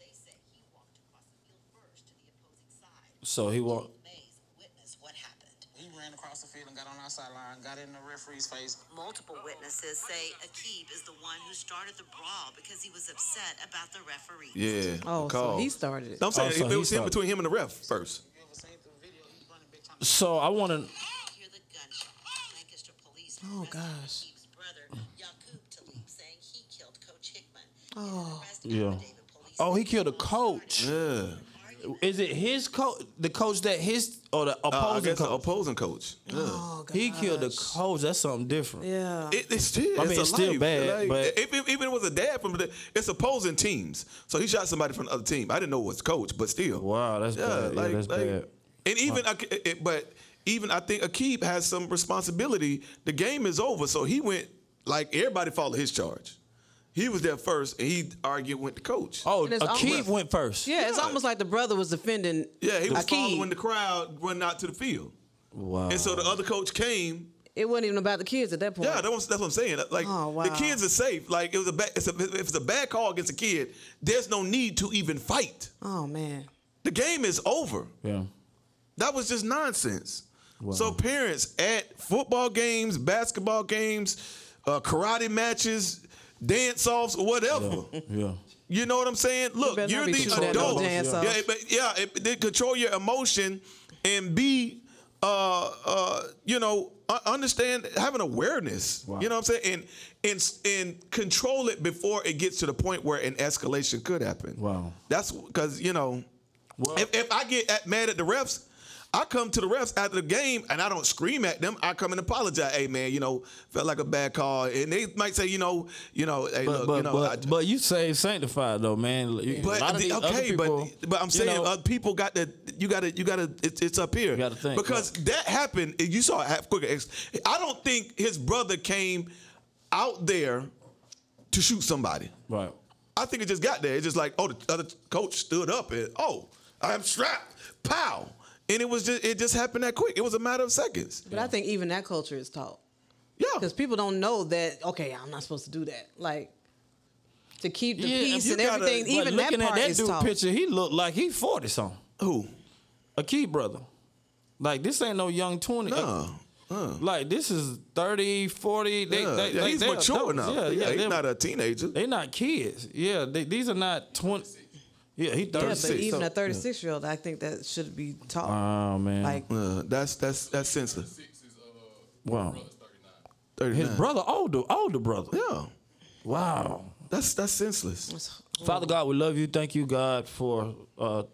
S8: They said he walked across the field first to the opposing side.
S2: so he walked.
S8: Mays witnessed what happened.
S7: He ran across the field and got on our sideline, got in the referee's face.
S8: Multiple witnesses say Akib is the one who started the brawl because he was upset about the referee.
S6: Yeah.
S1: Oh, so
S6: the call.
S1: he started it.
S6: No, I'm saying
S2: Oh, so
S6: it,
S2: he
S6: was him
S2: started.
S6: between him and the ref first.
S7: You ever seen the video? He running big time.
S2: So I want to.
S8: Hear the gunshot. Lancaster police oh,
S1: gosh.
S8: Akib's brother, Yakub Talib, saying he killed Coach Hickman. Oh,
S2: Yeah. Oh, he killed a coach.
S6: Yeah.
S2: Is it his coach? The coach that his or the
S6: Uh, I
S2: opposing
S6: guess the
S2: coach?
S6: opposing coach. Yeah.
S1: Oh, God.
S2: He killed a coach. That's something different.
S1: Yeah.
S6: It, it's still,
S2: I mean,
S6: a
S2: it's still
S6: life.
S2: bad,
S6: Like,
S2: but-
S6: if, if, even it was a dad from the, it's opposing teams. So he shot somebody from the other team. I didn't know it was coach, but still.
S2: Wow, that's bad. yeah, that's bad.
S6: And even, Ak- it- it- but even I think Akib has some responsibility. The game is over, so he went like everybody followed his charge. He was there first, and he argued with the coach.
S2: Oh,
S1: And it's
S2: Akeem
S1: almost-
S2: went first.
S1: yeah, it's almost like the brother was defending.
S6: yeah, he was
S1: Aqib.
S6: following the crowd running out to the field,
S2: Wow.
S6: and so the other coach came.
S1: It wasn't even about the kids at that point.
S6: Yeah, that was, that's what I'm saying. Like
S1: Oh, wow.
S6: the kids are safe. Like it was a bad, it's a, if it's a bad call against a kid, there's no need to even fight.
S1: oh man.
S6: The game is over.
S2: yeah.
S6: That was just nonsense. So parents at football games, basketball games, uh, karate matches, dance offs, whatever.
S2: Yeah.
S6: You know what I'm saying? Look,
S1: better
S6: you're
S1: not be shooting
S6: the
S1: at no
S6: adult.
S1: dance-off.
S6: Yeah, but yeah, it, they control your emotion and be, uh, uh, you know, u- understand, have an awareness. You know what I'm saying? And and s- and control it before it gets to the point where an escalation could happen.
S2: Wow.
S6: That's because you know, if, if I get at, mad at the refs. I come to the refs after the game and I don't scream at them. I come and apologize. Hey man, you know, felt like a bad call, and they might say, you know, you know, hey,
S2: But
S6: look,
S2: but,
S6: you know,
S2: but,
S6: I-
S2: but you say sanctified though, man. You-
S6: but
S2: a lot of
S6: the-
S2: these other
S6: okay,
S2: people,
S6: but but I'm
S2: you
S6: saying
S2: know,
S6: other people got to you got to you got to it, it's up here. You
S2: gotta think,
S6: because that happened. and You saw it hap- quicker. It's- I don't think his brother came out there to shoot somebody.
S2: right.
S6: I think it just got there. It's just like oh, the other coach stood up and oh, I'm strapped. Pow. And it was just it just happened that quick. It was a matter of seconds.
S1: But I think even that culture is taught
S6: Yeah.
S1: because people don't know that. Okay, I'm not supposed to do that. Like to keep the
S2: Yeah,
S1: peace
S2: you
S1: and
S6: gotta-
S1: everything.
S2: But
S1: Even that
S2: looking
S1: part
S2: at that
S1: is
S2: dude
S1: taught.
S2: picture, he looked like he forty something.
S6: Who?
S2: A key brother. Like this ain't no young twenty.
S6: No.
S2: Like this is 30, 40. They, they,
S6: Yeah. uh, Yeah,
S2: they,
S6: he's
S2: they're
S6: mature
S2: adults.
S6: now.
S2: Yeah, yeah.
S6: he's
S2: they're-
S6: not a teenager.
S2: They not kids. Yeah, they, these are not twenty. Yeah, he
S1: yeah,
S2: thirty
S1: but
S2: six.
S1: even
S2: so-
S1: a 36 year old, I think that should be taught.
S2: Oh man,
S1: like
S6: Uh, that's that's that's senseless.
S2: wow.
S6: Thirty
S2: His
S6: nine.
S2: brother, older, older brother.
S6: Yeah.
S2: Wow.
S6: That's that's senseless.
S2: Father God, we love you. Thank you, God, for uh,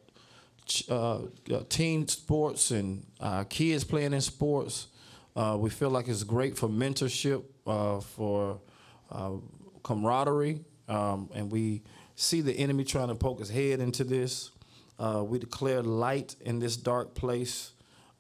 S2: ch- uh, uh, teen sports and uh, kids playing in sports. Uh, we feel like it's great for mentorship, uh, for uh, camaraderie, um, and we see the enemy trying to poke his head into this. Uh, we declare light in this dark place.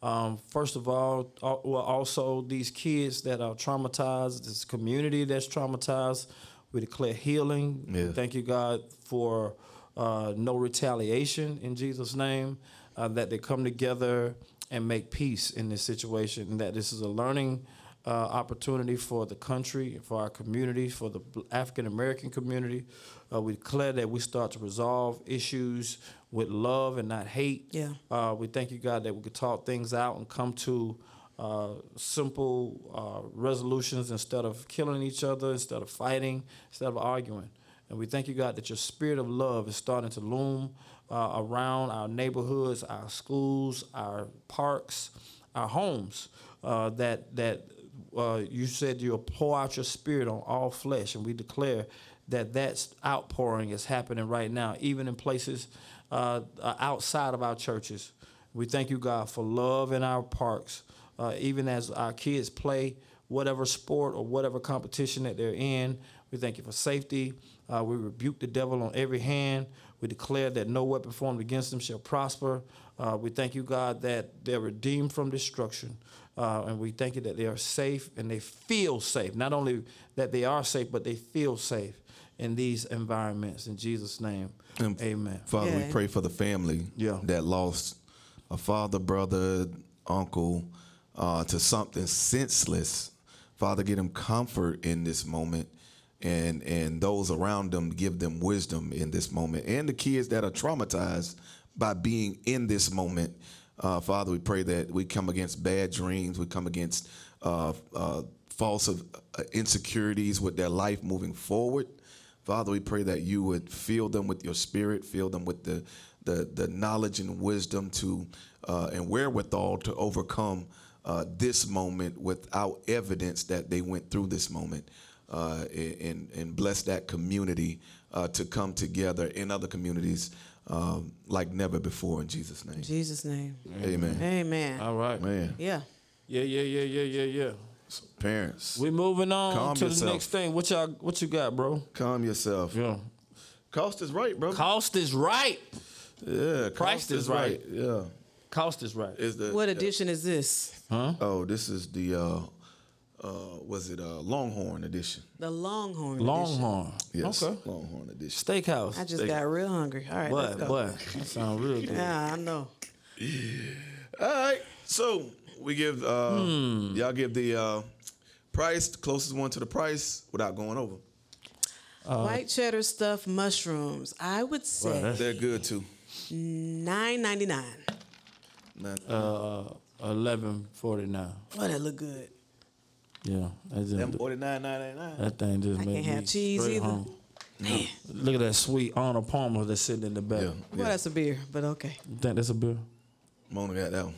S2: Um, first of all, al- well, also these kids that are traumatized, this community that's traumatized, we declare healing.
S6: Yeah.
S2: Thank you, God, for uh, no retaliation in Jesus' name, uh, that they come together and make peace in this situation, and that this is a learning uh, opportunity for the country, for our community, for the African American community. Uh, we declare that we start to resolve issues with love and not hate.
S1: Yeah.
S2: Uh, we thank you, God, that we could talk things out and come to uh, simple uh, resolutions instead of killing each other, instead of fighting, instead of arguing. And we thank you, God, that your spirit of love is starting to loom uh, around our neighborhoods, our schools, our parks, our homes. Uh, that that uh, you said you'll pour out your spirit on all flesh, and we declare that that outpouring is happening right now, even in places uh, uh, outside of our churches. We thank you, God, for love in our parks, uh, even as our kids play whatever sport or whatever competition that they're in. We thank you for safety. Uh, we rebuke the devil on every hand. We declare that no weapon formed against them shall prosper. Uh, we thank you, God, that they're redeemed from destruction. Uh, and we thank you that they are safe and they feel safe. Not only that they are safe, but they feel safe in these environments. In Jesus' name,
S6: And
S2: amen.
S6: Father,
S1: Yeah.
S6: we pray for the family
S2: Yeah.
S6: that lost a father, brother, uncle uh, to something senseless. Father, give them comfort in this moment, and and those around them give them wisdom in this moment, and the kids that are traumatized by being in this moment. Uh, Father, we pray that we come against bad dreams, we come against uh, uh, false of, uh, insecurities with their life moving forward. Father, we pray that you would fill them with your spirit, fill them with the the, the knowledge and wisdom to uh, and wherewithal to overcome uh, this moment without evidence that they went through this moment, uh, and and bless that community uh, to come together in other communities um, like never before in Jesus' name.
S1: In Jesus' name.
S6: Amen.
S1: Amen.
S2: All right.
S6: Man,
S1: Yeah.
S2: Yeah, yeah, yeah, yeah, yeah, yeah.
S6: parents,
S2: We moving on
S6: Calm
S2: to the
S6: yourself.
S2: next thing. What y'all what you got, bro?
S6: calm yourself.
S2: Yeah.
S6: Cost is right, bro.
S2: Cost is right.
S6: yeah,
S2: Christ
S6: cost
S2: is right.
S6: Yeah,
S2: Cost is right.
S6: is the
S1: What edition is this?
S6: Oh, this is the uh uh was it uh Longhorn edition?
S1: The Longhorn. edition.
S2: Longhorn.
S6: Yes.
S2: Okay.
S6: Longhorn edition.
S2: Steakhouse.
S1: I just got real hungry. All right. let's go.
S2: But but that sound real good.
S1: Yeah, I know.
S6: All right. So we give uh
S2: Hmm.
S6: y'all give the uh price, the closest one to the price without going over.
S2: Uh,
S1: White cheddar stuffed mushrooms. I would say
S2: that's-
S6: They're good too.
S1: nine ninety nine.
S6: Man,
S2: Uh, Eleven forty nine.
S1: Oh, that look good.
S2: Yeah. That, just,
S6: them 49.999.
S2: that thing just
S1: I
S2: make
S1: can't have
S2: me
S1: cheese
S2: straight
S1: either.
S2: hungry. Look at that sweet Honor Palmer that's sitting in the back.
S6: Yeah.
S1: Well, that's a beer, but okay.
S2: You think that's a bill?
S6: Mona got that one.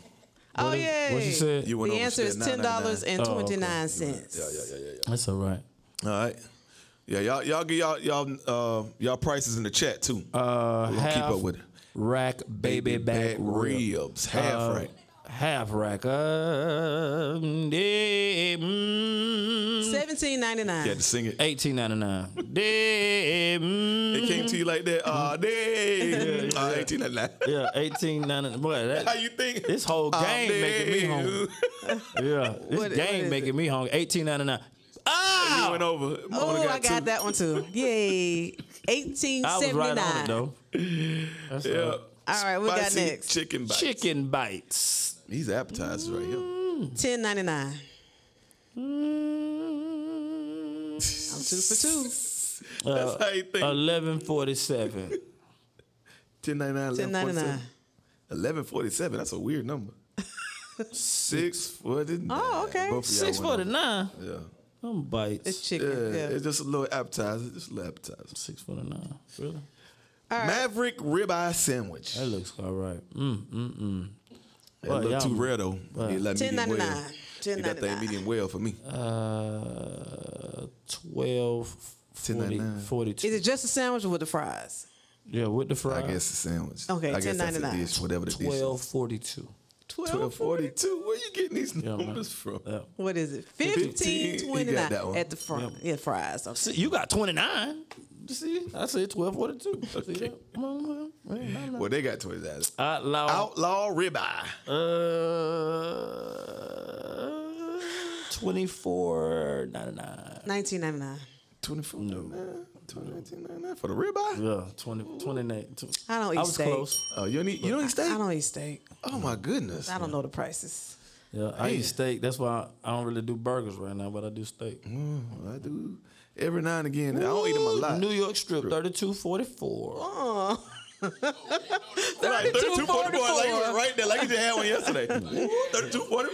S1: oh yeah.
S2: What she said?
S6: You went
S1: The
S6: over
S1: answer is
S6: said
S1: ten dollars
S6: 9.99.
S1: and
S2: Oh, okay.
S1: twenty nine cents.
S2: That's all right.
S6: All right. Yeah, y'all y'all get y'all y'all uh y'all prices in the chat too. Uh we keep
S2: half
S6: up with it.
S2: Rack baby, back, rib.
S6: ribs. Half
S2: Uh,
S6: right.
S2: Half rack. Uh, mm.
S1: Seventeen ninety
S6: You
S1: nine.
S6: had to sing it.
S2: Eighteen ninety
S1: [laughs]
S2: nine. Yeah,
S6: It came to you like that.
S2: Mm-hmm.
S6: Uh, dang. Uh, 1899.
S2: eighteen ninety nine. Boy,
S1: [laughs]
S6: [laughs] How
S2: that,
S6: you think?
S2: this whole
S6: Oh,
S2: game making me
S6: damn. [laughs]
S2: hungry. Yeah, this
S1: What- what
S2: game
S1: is
S2: making
S1: it?
S2: me hungry. Eighteen ninety nine.
S6: You
S2: Ah,
S6: went over. Mona
S1: Oh, I got
S6: two.
S1: that one too.
S6: [laughs]
S1: Yay. Eighteen
S2: I was
S1: seventy
S2: right on it
S1: nine. All
S2: though. That's
S6: Yeah.
S2: all.
S1: right, what we got
S6: Spicy
S1: next?
S6: Chicken bites.
S2: Chicken bites.
S6: These appetizers right here.
S1: Ten ninety nine. I'm two for
S6: [laughs]
S1: two.
S2: Uh,
S6: That's how you think.
S2: Eleven forty seven.
S6: 1099,
S1: Ten ninety nine.
S6: 1147. That's a weird
S1: [laughs]
S6: number. 649.
S1: Oh, okay.
S6: Both of y'all
S2: Six forty
S6: went over.
S2: nine.
S6: Yeah.
S2: Them
S1: It's
S2: bites.
S6: Yeah,
S1: chicken. Yeah.
S6: it's just a little appetizer. Just a little appetizer.
S2: Six forty nine. Really?
S6: Maverick ribeye sandwich.
S2: That looks all right. Mm, mm, mm.
S6: That a little
S2: y'all-
S6: too rare though. You let medium well.
S1: 10.99.
S6: You got that
S1: 10.99.
S6: medium well for me.
S2: Uh, 12, 40,
S6: 10.99.
S2: 42.
S1: Is it just a sandwich or with the fries?
S2: yeah, with the
S6: I
S2: fries.
S6: guess it's a sandwich.
S1: Okay,
S6: I guess that's a
S1: 10.99.
S6: dish, whatever the dish. is.
S2: 1242.
S6: 1242. Where you getting these numbers from?
S2: Yeah.
S1: What is it?
S6: 15,
S1: Fifteen
S6: [laughs] you
S1: twenty
S6: got
S1: nine
S6: that one.
S1: at the front. Yeah, fries. Oh, Okay.
S2: See, you got 29. You See, I said [laughs] 1242. See
S6: Okay.
S2: that? Come on, man. Man, no, no.
S6: Well, they got toys out.
S2: Outlaw.
S6: Outlaw ribeye.
S2: Uh, 24.99.
S1: Nineteen ninety nine.
S6: Twenty four. No. For the ribeye?
S2: Yeah, 20, 29. tw-
S1: I don't eat
S2: I was
S1: steak.
S2: close.
S6: Oh, you don't eat. You don't eat steak.
S1: I don't eat steak.
S6: oh my goodness.
S1: I don't know the prices.
S2: Yeah, I
S6: Man.
S2: eat steak. That's why I, I don't really do burgers right now, but I do steak.
S6: Mm, I do. Every now and again, I don't eat them a lot.
S2: New York strip, 3244.
S6: Right,
S1: 32.44.
S6: like it was right there, like you just had
S2: [laughs]
S6: one yesterday. Thirty-two
S1: Oh.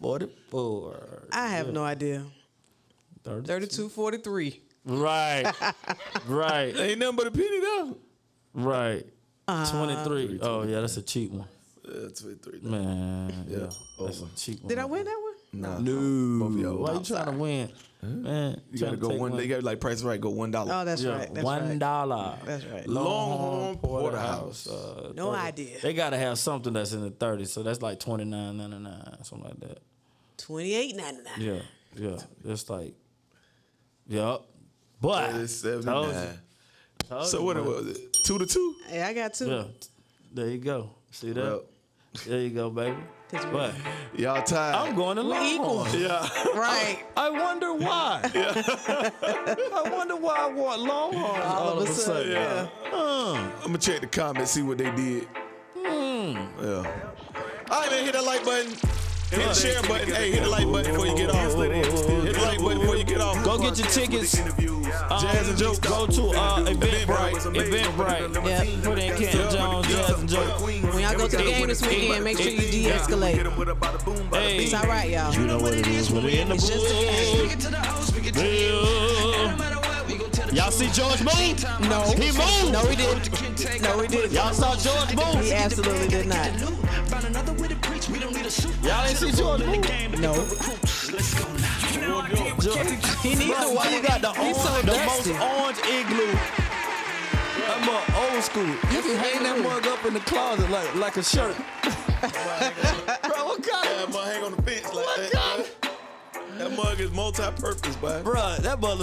S6: forty-four.
S2: 44.
S1: I have no idea.
S2: 30.
S1: Thirty two forty three. [laughs]
S2: Right. right.
S6: Ain't nothing but a penny though.
S2: Right.
S1: Uh,
S2: 23. Oh, yeah, that's a cheap one.
S6: That's what Uh, three.
S2: Man. Yeah. That's
S6: over.
S2: a cheap one.
S1: Did I win that one?
S6: Nah,
S2: No.
S6: Both of y'all.
S2: Why you trying to win? Man.
S6: You gotta go one. They got like price right. Go one dollar.
S1: Oh, that's
S2: Yeah,
S1: right. That's
S2: one
S1: right.
S2: dollar.
S1: That's right.
S6: Longhorn Porterhouse.
S2: Uh,
S1: No
S2: 30.
S1: idea.
S2: They gotta have something that's in the 30s, so that's like 29.99, something like that.
S1: Twenty eight ninety nine.
S2: Yeah, yeah. That's like, yep. Boy.
S6: It is seven
S2: Told you.
S6: nine.
S2: Told
S6: So
S2: you,
S6: what
S2: man.
S6: was it? Two to two.
S1: Hey, I got two.
S2: Yeah. There you go. See that?
S6: Well,
S2: There you go, baby.
S1: That's
S2: But
S6: y'all tied.
S2: I'm going to
S1: equal.
S2: Longhorns.
S6: yeah.
S1: Right.
S2: I wonder why. [laughs] I wonder why I want Longhorns all,
S1: All of a sudden. Yeah.
S6: I'm gonna check the comments, see what they did.
S2: Hmm.
S6: Yeah. All right, man. Hit that like button. Hit the share button. Hey, hit the like button before you get off. Hit the like button before you get off.
S2: Go get your tickets. Um,
S6: Jazz and Joke.
S2: Go to uh, Eventbrite.
S6: Eventbrite.
S2: Eventbrite.
S1: Yeah.
S2: Put in Ken Jones, Jazz and Joke.
S1: When y'all go to the game this weekend, make sure you de-escalate.
S2: Hey.
S1: It's all right, y'all.
S2: You know what it is when we in the
S1: It's just a
S2: booth.
S4: Speak it to the hoes, speak it to
S2: Yeah.
S4: you. No matter what, we gon' tell the
S2: Y'all
S4: truth.
S2: see George move?
S1: No.
S2: He moved.
S1: No, he didn't. No, he didn't.
S2: Y'all saw George
S1: He
S2: move?
S1: absolutely did not.
S4: Find another way to preach, we don't need a suit.
S2: Y'all ain't see George move?
S1: No.
S2: George.
S1: He needs
S2: Bro,
S1: to
S2: why you
S1: win.
S2: got the,
S1: He's
S2: orange,
S1: so
S2: the most
S1: dusty.
S2: orange igloo? That mug old school. You can hang that
S1: igloo.
S2: mug up in the closet like like a shirt. Bro, what kind of
S6: That mug hang on the fence like
S2: what
S6: that.
S2: kind of
S6: That mug is multi-purpose, boy.
S2: Bro, that mug